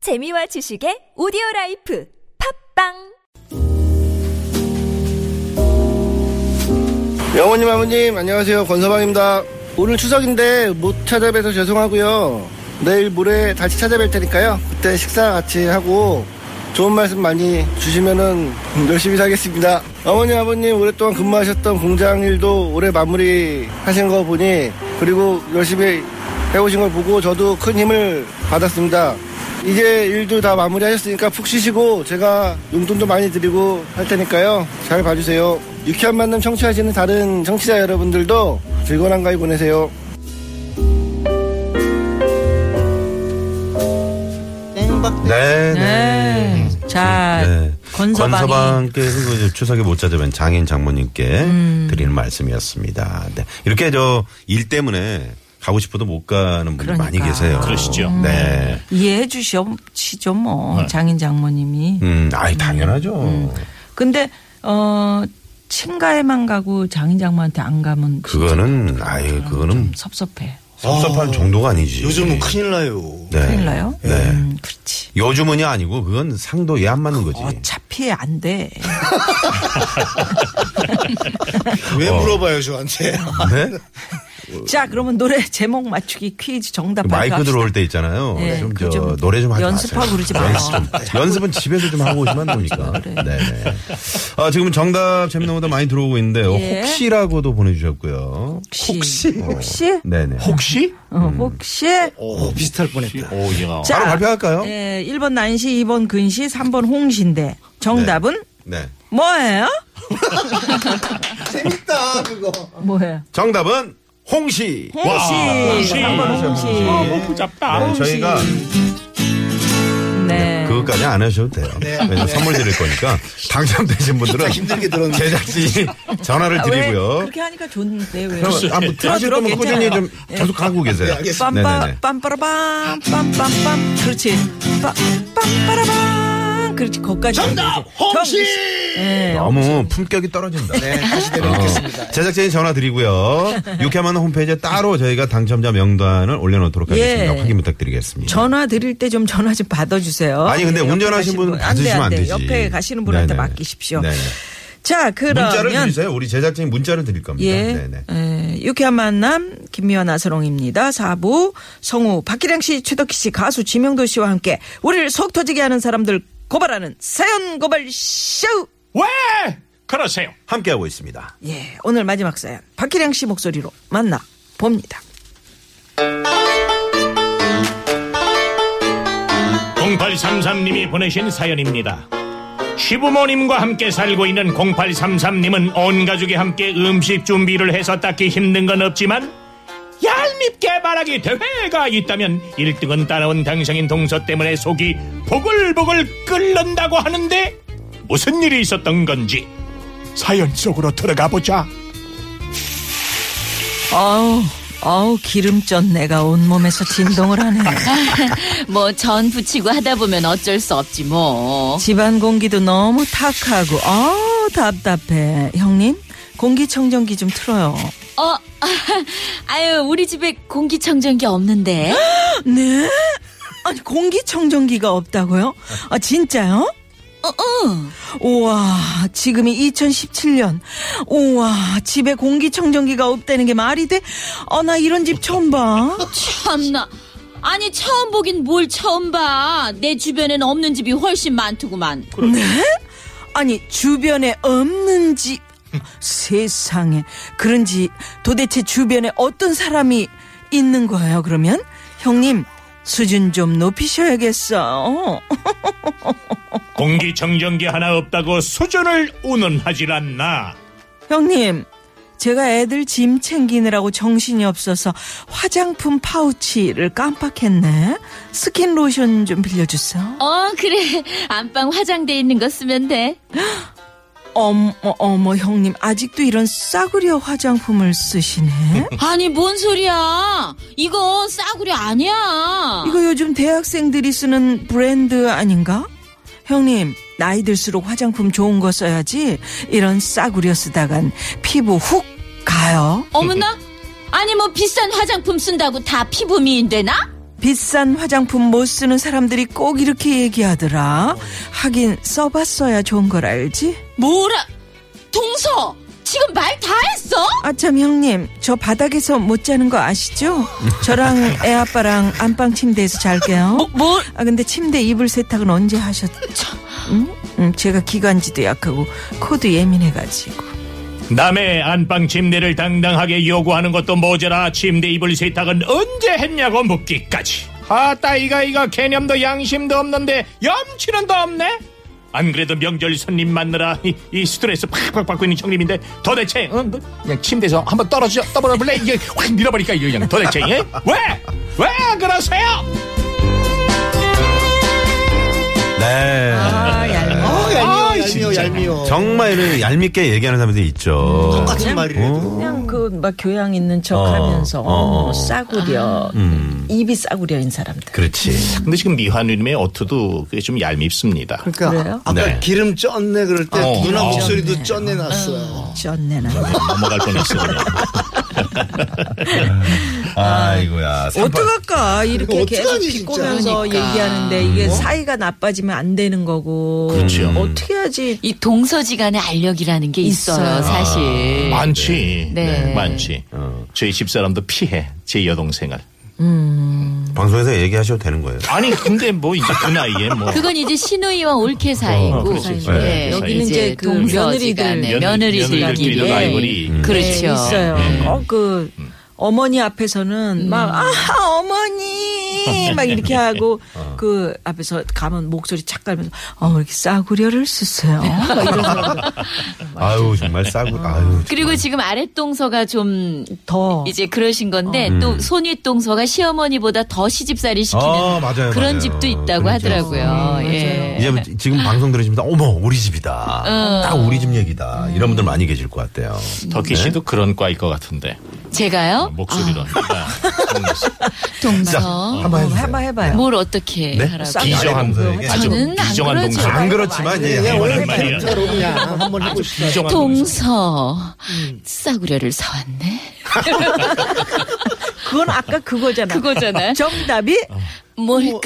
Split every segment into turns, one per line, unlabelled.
재미와 지식의 오디오 라이프 팝빵
영호님 네, 아버님 안녕하세요 권서방입니다 오늘 추석인데 못 찾아뵈서 죄송하고요 내일 모레 다시 찾아뵐 테니까요 그때 식사 같이 하고 좋은 말씀 많이 주시면은 열심히 살겠습니다 어머님 아버님 오랫동안 근무하셨던 공장 일도 올해 마무리 하신 거 보니 그리고 열심히 해오신 걸 보고 저도 큰 힘을 받았습니다 이제 일도 다 마무리하셨으니까 푹 쉬시고 제가 용돈도 많이 드리고 할 테니까요. 잘 봐주세요. 유쾌한 만남 청취하시는 다른 청취자 여러분들도 즐거운 한가위 보내세요.
땡박
네, 네.
자,
네.
건서방이
권서방께 그리고 추석에 못 찾아뵌 장인 장모님께
음.
드리는 말씀이었습니다. 네. 이렇게 저 일 때문에 가고 싶어도 못 가는 분이 많이
그러니까.
계세요.
그러시죠.
네.
이해해 주시죠, 뭐. 장인 장모님이.
음, 아이, 당연하죠.
음. 근데, 어, 친가에만 가고 장인 장모한테 안 가면.
그거는, 아이,
좀
그거는
섭섭해.
섭섭할 정도가 아니지.
요즘은 큰일 나요.
예. 네.
큰일 나요?
네.
음, 그렇지.
요즘은이 아니고 그건 상도에 안 맞는 거지.
어차피 안 돼.
왜
어.
물어봐요 저한테?
네?
자, 그러면 노래 제목 맞추기 퀴즈 정답
그 마이크
발표합시다.
들어올 때 있잖아요.
네,
좀,
그거
저,
좀
노래 좀 하지
연습하고
마세요.
그러지 마요. 그렇죠.
연습 좀. 연습은 집에서 좀 하고 오시면 안 됩니까?
그래.
네네. 아, 지금 정답 재밌는 보다 많이 들어오고 있는데,
예.
혹시라고도 보내주셨고요.
혹시.
어.
혹시?
네네.
혹시?
어, 혹시?
오 어, 비슷할 뻔했다.
오, 야.
자,
음. 어, 바로 발표할까요?
예, 1번 난시, 2번 근시, 3번 홍시인데 정답은
네.
뭐예요?
재밌다 그거.
뭐예요?
정답은 홍시.
홍시. 어, 3번 홍시.
어, 뭐 잡다.
네, 저희가
네.
그것까지 안 하셔도 돼요. 왜냐면 선물 드릴 거니까 당첨되신 분들은
네. 힘들게 들었네.
제작진이 전화를
아, 왜
드리고요.
그렇게 네. 하니까 좋은데 왜?
그럼 한번 들으실 거면 꾸준히 좀 계속 하고 계세요.
알겠습니다.
네네네.
예. 빰빠 빰빠라밤 빰빰빰 그렇지 빰 빰빠라밤 그렇지 거기까지
정답 홍시.
예.
너무 품격이 떨어진다.
네 다시 내려오겠습니다.
제작진이 전화 드리고요. 유쾌한 홈페이지에 따로 저희가 당첨자 명단을 올려놓도록 하겠습니다.
예.
확인 부탁드리겠습니다.
전화 드릴 때 좀 전화 좀 받아주세요.
아니, 근데
예, 옆에
운전하신
가시는
분은
분.
받으시면 안
돼,
되지.
옆에 가시는 분한테
네네.
맡기십시오.
네네.
자 그러면
문자를 드리세요. 우리 제작진이 문자를 드릴 겁니다.
예.
네네.
예, 유쾌한 만남 김미연 아서롱입니다. 사부 성우 박기량 씨, 최덕희 씨, 가수 지명도 씨와 함께 우리를 속 터지게 하는 사람들 고발하는 사연 고발 쇼.
왜? 그러세요.
함께하고 있습니다.
예, 오늘 마지막 사연 박기량 씨 목소리로 만나 봅니다.
공팔삼삼님이 보내신 사연입니다. 시부모님과 함께 살고 있는 0833님은 온 가족이 함께 음식 준비를 해서 딱히 힘든 건 없지만 얄밉게 말하기 대회가 있다면 1등은 따라온 당상인 동서 때문에 속이 보글보글 끓는다고 하는데 무슨 일이 있었던 건지 사연 속으로 들어가 보자.
아우, 아우 기름전 내가 온 몸에서 진동을 하네.
뭐 전 부치고 하다 보면 어쩔 수 없지 뭐.
집안 공기도 너무 탁하고 아 답답해. 형님 공기청정기 좀 틀어요.
어, 아유 우리 집에 공기청정기 없는데.
네? 아니 공기청정기가 없다고요? 아 진짜요?
어, 어.
우와 지금이 2017년 우와 집에 공기청정기가 없다는 게 말이 돼? 아 나 이런 집 처음 봐
참나. 아니 처음 보긴 뭘 처음 봐. 내 주변엔 없는 집이 훨씬 많더구만.
아니 주변에 없는 집 세상에 그런지 도대체 주변에 어떤 사람이 있는 거예요 그러면? 형님 수준 좀 높이셔야겠어
공기청정기 하나 없다고 수준을 운운하질 않나.
형님, 제가 애들 짐 챙기느라고 정신이 없어서 화장품 파우치를 깜빡했네. 스킨 로션 좀 빌려주세요.
어 그래 안방 화장대 있는 거 쓰면 돼.
어머, 어머, 형님, 아직도 이런 싸구려 화장품을 쓰시네.
아니 뭔 소리야? 이거 싸구려 아니야.
이거 요즘 대학생들이 쓰는 브랜드 아닌가? 형님, 나이 들수록 화장품 좋은 거 써야지. 이런 싸구려 쓰다간 피부 훅 가요.
어머나? 아니 뭐 비싼 화장품 쓴다고 다 피부 미인 되나?
비싼 화장품 못 쓰는 사람들이 꼭 이렇게 얘기하더라. 하긴 써봤어야 좋은 걸 알지?
뭐라? 동서 지금 말 다 했어?
아참 형님, 저 바닥에서 못 자는 거 아시죠? 저랑 애 아빠랑 안방 침대에서 잘게요.
뭐, 뭐?
아 근데 침대 이불 세탁은 언제 하셨죠? 응? 응, 제가 기관지도 약하고 코도 예민해가지고.
남의 안방 침대를 당당하게 요구하는 것도 모자라 침대 이불 세탁은 언제 했냐고 묻기까지 아따 이가 이가 개념도 양심도 없는데 염치는 더 없네 안 그래도 명절 손님 만나라 이, 이 스트레스 팍팍 받고 있는 형님인데 도대체 어, 너 그냥 침대에서 한번 떨어져 떨어져 볼래 이게 확 밀어버리니까 이거 그냥 도대체 예? 왜? 왜 그러세요?
네.
아 얄미워.
아, 얄미워, 얄미워, 얄미워.
정말 이런 얄밉게 얘기하는 사람들이 있죠.
똑같은 말이래도.
그냥 그 막 교양 있는 척하면서 뭐
어, 음. 어.
싸구려 입이 싸구려인 사람들.
그렇지.
근데 지금 미화누님의 어투도 그게 좀 얄밉습니다
그러니까
그래요?
아까
네. 아,
기름 쪘네 그럴 때
어,
누나
어.
목소리도 쪘네 났어요.
쩐내나.
아, 넘어갈 뻔했어 그냥
아이고야.
어떡할까 이렇게
어떡하니,
계속
진짜.
비꼬면서
그러니까.
얘기하는데 이게 사이가 나빠지면 안 되는 거고
그렇죠.
음.
어떻게 해야지
이 동서지간의 알력이라는 게 있어요,
있어요.
음,
사실.
아, 많지.
네. 네.
많지. 저희 집사람도 피해. 제 여동생을.
방송에서 얘기하셔도 되는 거예요.
아니, 근데 뭐 이제 그 나이에 뭐.
그건 이제 시누이와 올케 사이고 예,
어, 그렇지, 그렇지. 네,
여기는
사이.
이제 그
며느리들,
동서지간의
며느리들끼리도
며느리들끼리
라이벌이
그렇죠.
네, 있어요. 어 그 어머니 앞에서는
음.
막 아 어머니 막 이렇게 하고 그 앞에서 가면 목소리 착 깔면서 어왜 이렇게 싸구려를 쓰세요.
네.
막 이러면서
아유, 정말 싸고, 아유.
그리고 지금 아랫동서가 좀
더
이제 그러신 건데
음.
또 손윗동서가 시어머니보다 더 시집살이 시키는
아, 맞아요,
그런
맞아요.
집도
그렇죠.
있다고
그런 집
하더라고요. 예.
이제 지금 방송 들으시면서, 어머, 우리 집이다. 딱 우리 집 얘기다. 이런 분들 많이 계실 것 같아요.
덕희 씨도 그런 과일 것 같은데. 네.
제가요?
아,
아,
목소리로.
동서.
어.
한번 해주세요.
어, 해봐 해봐요.
뭘 어떻게
네?
하라고.
싸구려
비정한
공부하고
분에게.
아주
저는 안
비정한
그러죠.
동서.
안 그렇지만, 예.
그냥
해보는
원래
말이야.
대로 그냥 한번 해보시다
비정한 동서.
동서 싸구려를 사왔네.
그건 아까
음.
그거잖아.
그거잖아요.
정답이
뭘까요?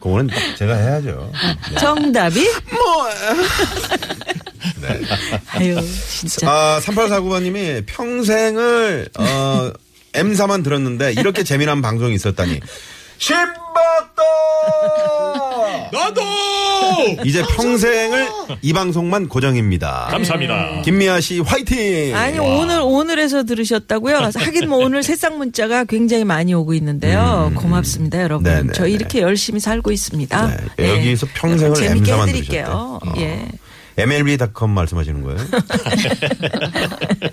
그거는 제가 해야죠.
정답이 뭐? 아유 진짜
아, 3849번님이 평생을, 어, M사만 들었는데, 이렇게 재미난 방송이 있었다니. 신봤다!
나도! 네.
이제 평생을 이 방송만 고정입니다.
감사합니다.
김미아 씨 화이팅!
아니 오늘 오늘에서 들으셨다고요? 하긴 뭐 오늘 새싹 문자가 굉장히 많이 오고 있는데요. 고맙습니다, 여러분.
음. 네네네.
저희 이렇게 열심히 살고 있습니다.
네, 여기서 평생을
여러분 아, 예. 재밌게
M사만 어.
해드릴게요.
들으셨대.
예.
MLB.com 말씀하시는 거예요?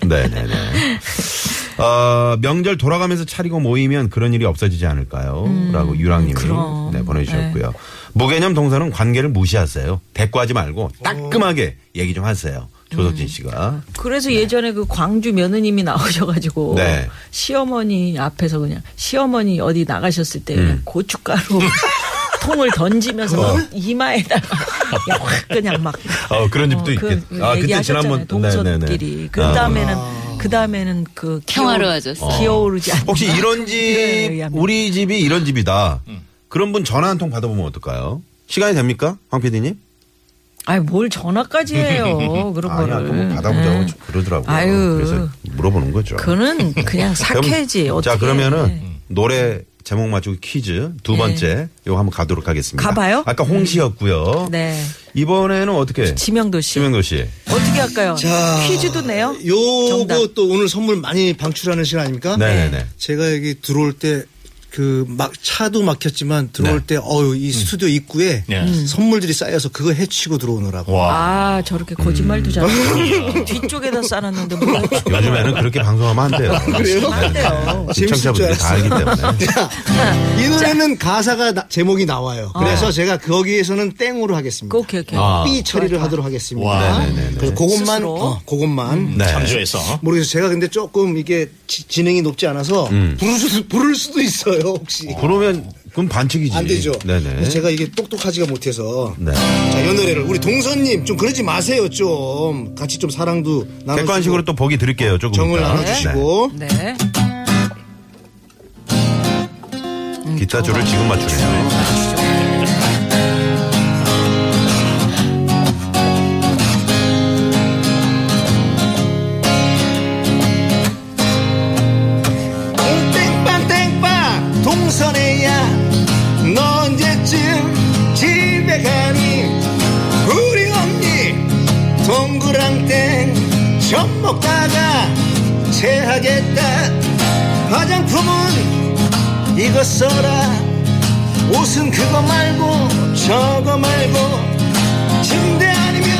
네네네. 어, 명절 돌아가면서 차리고 모이면 그런 일이 없어지지 않을까요? 라고 유랑님이
음, 그럼.
네, 보내주셨고요. 무개념 동사는 관계를 무시하세요. 대꾸하지
어.
말고 따끔하게 얘기 좀 하세요.
음.
조석진 씨가.
그래서 예전에 그 광주 며느님이 나오셔가지고
네.
시어머니 앞에서 그냥 시어머니 어디 나가셨을 때
음.
그냥 고춧가루 통을 던지면서 이마에다가 그냥 확 그냥 막
어, 그런 집도
그
있겠- 아, 그때 지난번-
동서끼리
네네네. 아.
그 다음에는 그 다음에는 그
평화로워졌어.
기어- 기어오르지 않는
혹시 이런 집,
의하면.
우리 집이 이런 집이다. 그런 분 전화 한 통 받아보면 어떨까요? 시간이 됩니까? 황 PD님?
아니 뭘 전화까지 해요 그런
아니, 아까 뭐
거를
받아보자고
네.
좀 그러더라고요.
아유.
그래서 물어보는 거죠.
그거는
그럼-
그냥 삭해지
자, 그러면은 노래 제목 맞추고 퀴즈 두 번째 이거 한번 가도록 하겠습니다.
가봐요?
아까 홍시였고요.
네
이번에는 어떻게?
지명도 씨
지명도 씨.
어떻게 할까요
자,
퀴즈도 내요 정답.
요거 또 오늘 선물 많이 방출하는 시간 아닙니까?
네네네.
제가 여기 들어올 때 그 막 차도 막혔지만 들어올
네. 예.
때 어유 이 스튜디오 입구에
네. 음.
선물들이 쌓여서 그거 해치고 들어오느라고.
와.
아 저렇게 거짓말도 잘해 뒤쪽에다 싸놨는데 뭐
음. 요즘에는 그렇게 방송하면 안 돼요.
그래요?
안 돼요. 시청자분들이
재밌을 줄
다 알기 때문에.
이 노래는 가사가 나- 제목이 나와요. 그래서 제가 거기에서는 땡으로 하겠습니다.
어. 오케이 오케이
아.
B 처리를 하도록 하겠습니다.
와.
그래서 그것만
스스로? 음.
어, 그것만
네.
잠조에서.
모르겠어요. 제가 근데 조금 이게 지- 지능이 높지 않아서
음.
부를, 수, 부를 수도 있어요. 혹시
그러면 그건 반칙이지.
안 되죠.
아, 예. 네네.
그래서 제가 이게 똑똑하지가 못해서
네.
자, 이 노래를 우리 동선님 좀 그러지 마세요. 좀 같이 좀 사랑도 나누시고
객관식으로 네. 또 보기 드릴게요. 조금
정을
이따.
나눠주시고
네
뒷타조를 지금 맞추네요.
땡빵 땡빵 동선에야 너 언제쯤 집에 가니 우리 언니 동그랑땡 젖 먹다가 체하겠다 화장품은 이거 써라 옷은 그거 말고 저거 말고 침대 아니면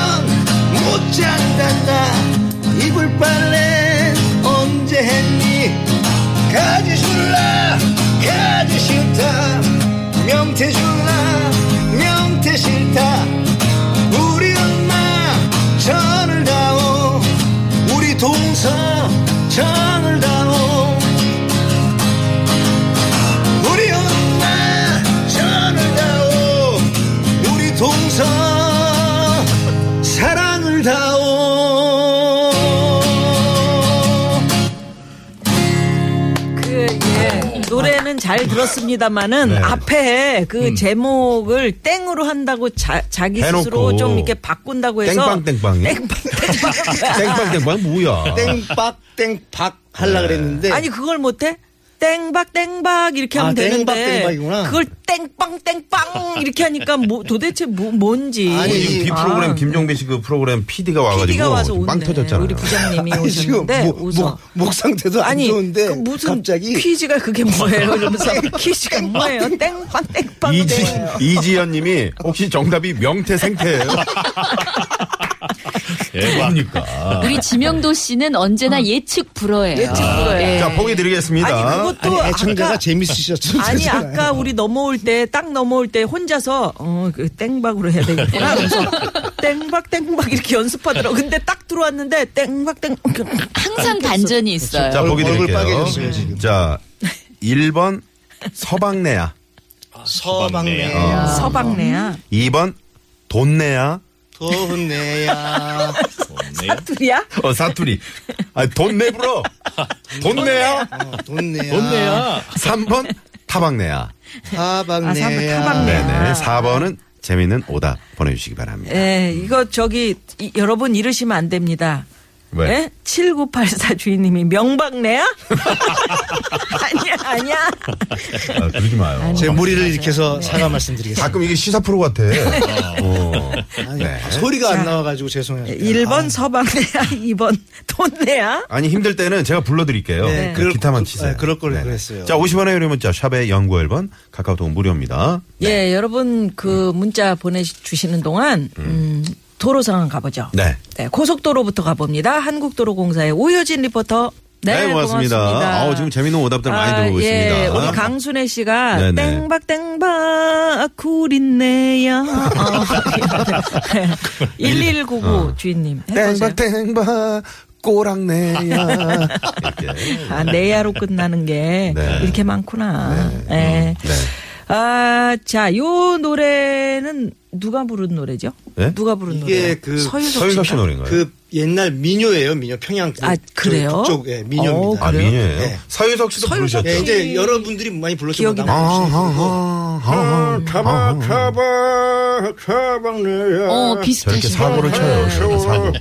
못 잔단다 이불 빨래 언제 했니 가지 줄라 가지 싫다 명태 줄라 명태 싫다 우리 엄마 전을 다오 우리 동서 전을 다오 우리 엄마 전을 다오 우리 동서 사랑을 다오
그, 예. 노래는 잘 들었습니다만은
네.
앞에 그 제목을 땡으로 한다고 자, 자기
음. 해놓고
스스로 좀 이렇게 바꾼다고 해서
땡빵땡빵이. 땡빵땡빵 뭐야?
땡박 땡박 할라 그랬는데
아니 그걸 못해? 땡박 땡박 이렇게 하면
아,
되는데
땡박, 땡박이구나.
그걸 땡빵 땡빵 이렇게 하니까 뭐 도대체 뭐, 뭔지
아니 지금 비
아,
프로그램 김종배 씨 그 프로그램 PD가
PD가 와서
와가지고
오는데
빵 터졌잖아요. 뭐,
우리 부장님이
아니, 지금
오셨는데
목,
웃어.
목, 목 상태도 안
아니
좋은데
그 무슨
갑자기
퀴즈가 그게 뭐예요? 이러면서 퀴즈가 뭐예요? 땡빵 땡빵
이지
뭐예요?
이지연님이 혹시 정답이 명태 생태예요?
대박.
그러니까.
우리 지명도 씨는 언제나 예측 불허예요. 예측 불허예요.
자 보기 드리겠습니다.
아니 그것도
아니 애청자가
아까
재밌으셨죠
아니
죄송해요.
아까 우리 넘어올 때 딱 넘어올 때 혼자서 어그 땡박으로 해야 되겠구나 그래서 땡박 땡박 이렇게 연습하더라고 근데 딱 들어왔는데 땡박 땡
항상 반전이 있어요.
그렇죠. 자, 보기
얼굴
드릴게요.
빨개졌어요, 지금.
자, 1번 서방내야,
아,
서방내
서방내야
2번 돈내야,
돈내야
그러니까.
둘이야
어, 사투리. 아, 돈내 불어. 돈내야.
어, 돈내야
아.
좋네요.
3번 타방내야.
아, 사방-
타방내야
타방내야.
네네. 4번은 재밌는 오답 보내주시기 바랍니다.
예 이거 저기 이- 여러분 이러시면 안 됩니다
왜?
7984 주인님이 명박내야 아니야 아니야
아, 그러지 마요.
제 무리를 일으켜서
네.
사과 말씀드리겠습니다
가끔 이게 시사 프로 같아. 어.
아니,
네.
소리가 안 나와가지고 죄송해요 아,
1번 서방내야 2번 돈내야
아니 힘들 때는 제가 불러드릴게요.
네,
그
그럴-
기타만
그-
치세요.
네, 그럴 걸
네네.
그랬어요.
자 50원의 유료 문자 샵의 연구 앨범 카카오톡 무료입니다.
예, 여러분
음.
그 문자 보내주시는 동안 음, 도로 상황 가보죠.
네.
고속도로부터 가봅니다. 한국도로공사의 오효진 리포터.
네, 고맙습니다. 아우, 지금 재밌는 오답들 많이 들어오고
예,
있습니다. 아.
우리 강순애 씨가
네네.
땡박 땡박 쿨인네야. 어. 1199
어.
주인님. 해보세요.
땡박땡박 꼬랑내야 이렇게
아, 내야로 끝나는 게
네. 음,
이렇게 많구나. 예. 아, 자, 요 노래는 누가 부른 노래죠?
네?
누가 부른 노래?
이게 그
서유석
서윤석 씨
씨가?
노래인가요?
그 옛날 민요예요 민요 평양
아, 그래요?
쪽에 예, 민요입니다
어,
아
그래요?
민요예요?
네.
서유석 씨도 부르셨죠? 어,
예, 이제 여러분들이 많이 불렀죠
기억이
나
나.
아, 음. 타박 타박 타박내야
어, 비슷하시네.
저렇게 사고를 쳐요. 저렇게 사고.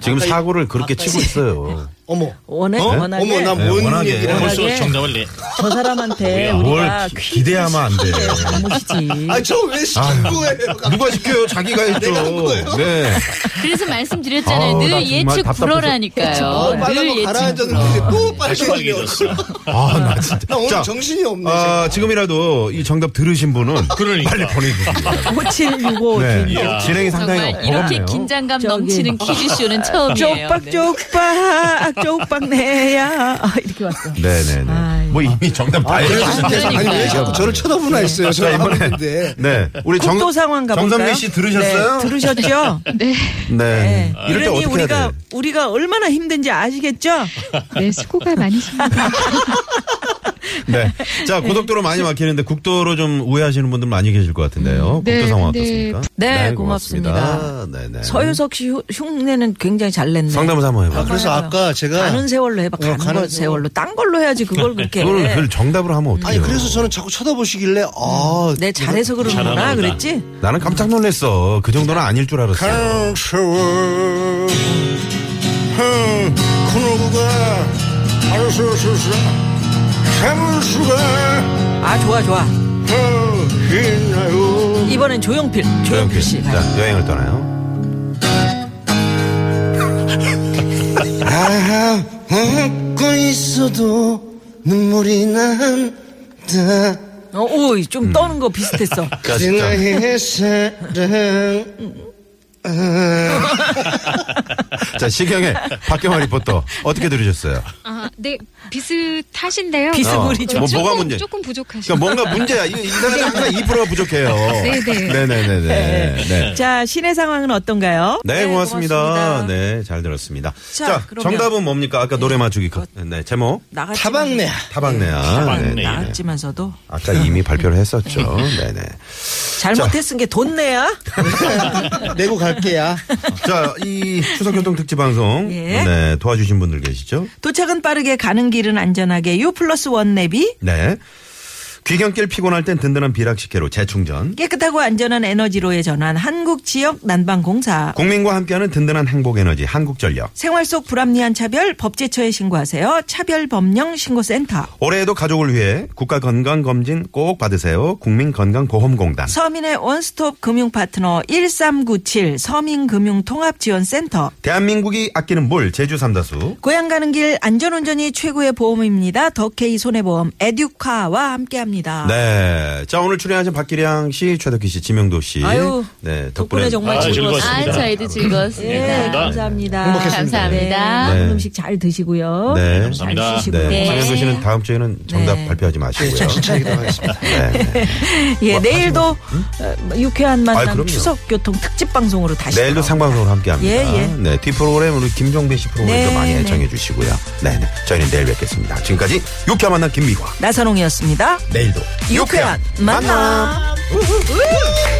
지금 사고를 그렇게 치고 있어요.
어머
원해?
어?
원하게
어머
네,
나뭔 뭐-
워낙에.
얘기를 하냐
벌써
워낙에.
정답을 내.
저 사람한테 우리가
뭘 기- 기대하면 안 돼.
잘못이지.
아저 왜 시킨 거예요
누가 시켜요? 자기가 했죠. 네.
그래서 말씀드렸잖아요.
아우, 나
늘
정말
예측
답답해서-
어,
불허라니까요.
빨간 거
늘 예측.
가라앉았는데 또 빨간 거
빨개졌어.
아, 나 진짜.
나 오늘
자,
정신이 없네.
아, 지금이라도 이 정답 들으신 분은
그러니까.
빨리 보내주세요.
아, 5765 주인님.
네. 진행이 상당히
정말 이렇게
어렵네요.
긴장감
저기- 뭐.
넘치는 퀴즈쇼는 처음이에요.
네.
쪽박 쪽박 쪽박 내야 아, 이렇게 왔어.
네네네. 뭐 이미 정답 다
그래서-
해주셨는데.
아니 아, 왜 자꾸 저를 쳐다보나 했어요
자,
저를 하고 있는데
네. 우리 정,
국도 상황 가볼까요?
정선미 씨 들으셨어요?
네, 들으셨죠?
네.
네.
이럴 때
그러니
어떻게 해야
우리가
돼?
우리가 얼마나 힘든지 아시겠죠?
네, 수고가 많으십니다.
네. 자, 고속도로 많이 막히는데 국도로 좀 우회하시는 분들 많이 계실 것 같은데요.
네,
국도 상황
근데
어떻습니까?
네, 고맙습니다.
네, 네.
서유석 씨 흉- 흉내는 굉장히 잘 냈네.
성담 한번 해봐.
아, 그래서
맞아요.
아까 제가
가는 세월로 해봐.
어,
가는,
가는
걸 세월로. 딴 걸로 해야지 그걸 그렇게.
네. 그걸 그걸 정답으로 하면 어떡해요?
아니 그래서 저는 자꾸 쳐다보시길래 아
내 잘해서 그러는구나
잘하는구나.
그랬지?
나는 깜짝 놀랐어. 그 정도는 아닐 줄 알았어.
가는 세월 흥, 코너가 그 알수수수 잠수가
아 좋아 좋아.
있나요
이번엔 조용필 조용필 씨. 가요.
음, 자, 여행을 떠나요.
아 웃고 있어도 눈물이 난다
어, 오이 좀
음.
떠는 거 비슷했어.
자,
그
진짜.
나의 사랑
자, 시경의 박경화 리포터 어떻게 들으셨어요?
아, 네 비슷하신데요.
비스무리죠.
뭐, 뭐가
조금-
문제?
조금 부족하시죠.
그러니까 뭔가 문제야. 이, 이 사람이 항상 2%가 부족해요.
네네.
네네네네. 네.
자 시내 상황은 어떤가요?
네, 고맙습니다.
고맙습니다.
네, 잘 들었습니다.
자,
자,
그러면- 어,
정답은 뭡니까? 아까 노래 맞추기. 컷. 네, 제목.
나갔지만-
타박내
타박내야.
타박내.
네, 네.
나갔지만서도
아까 이미 발표를 했었죠. 네네.
잘못했은 게 돈 내야.
내고 갈게야
자, 이 추석교통특집 방송.
예.
네, 도와주신 분들 계시죠?
도착은 빠르게 가는 길은 안전하게 U 플러스 원 내비
네. 귀경길 피곤할 땐 든든한 비락식혜로 재충전.
깨끗하고 안전한 에너지로의 전환 한국 지역 난방 공사.
국민과 함께하는 든든한 행복에너지 한국전력.
생활 속 불합리한 차별 법제처에 신고하세요. 차별법령 신고센터.
올해에도 가족을 위해 국가건강검진 꼭 받으세요. 국민건강보험공단.
서민의 원스톱 금융 파트너 1397 서민금융통합지원센터.
대한민국이 아끼는 물 제주 삼다수.
고향 가는 길 안전운전이 최고의 보험입니다. 더케이 손해보험 에듀카와 함께합니다.
네. 자, 오늘 출연하신 박기량 씨, 최덕기 씨, 지명도 씨.
아유,
네. 덕분에.
덕분에 정말
아,
즐거웠습니다.
즐거웠습니다.
아, 저희도 즐거웠습니다. 네.
예,
감사합니다.
감사합니다.
행복했습니다.
감사합니다.
오늘
네.
음식 잘 드시고요.
네.
감사합니다.
잘 쉬시고요.
네.
네.
지명도 씨는 다음 주에는 정답
네.
발표하지 마시고요.
진짜이기도 하겠습니다
네. 네.
예, 내일도 어, 유쾌한
아,
만남
그럼요.
추석 교통 특집 방송으로 다시
내일도
돌아옵니다.
상방송으로 함께 합니다.
예, 예.
네. 뒤 프로그램 우리 김종배 씨 프로그램도
네,
많이
네.
애청해 주시고요. 네, 네. 저희는 내일 뵙겠습니다. 지금까지 유쾌한 만남 김미화.
나선홍이었습니다.
내일도
유쾌한 만남. 우후. 우후.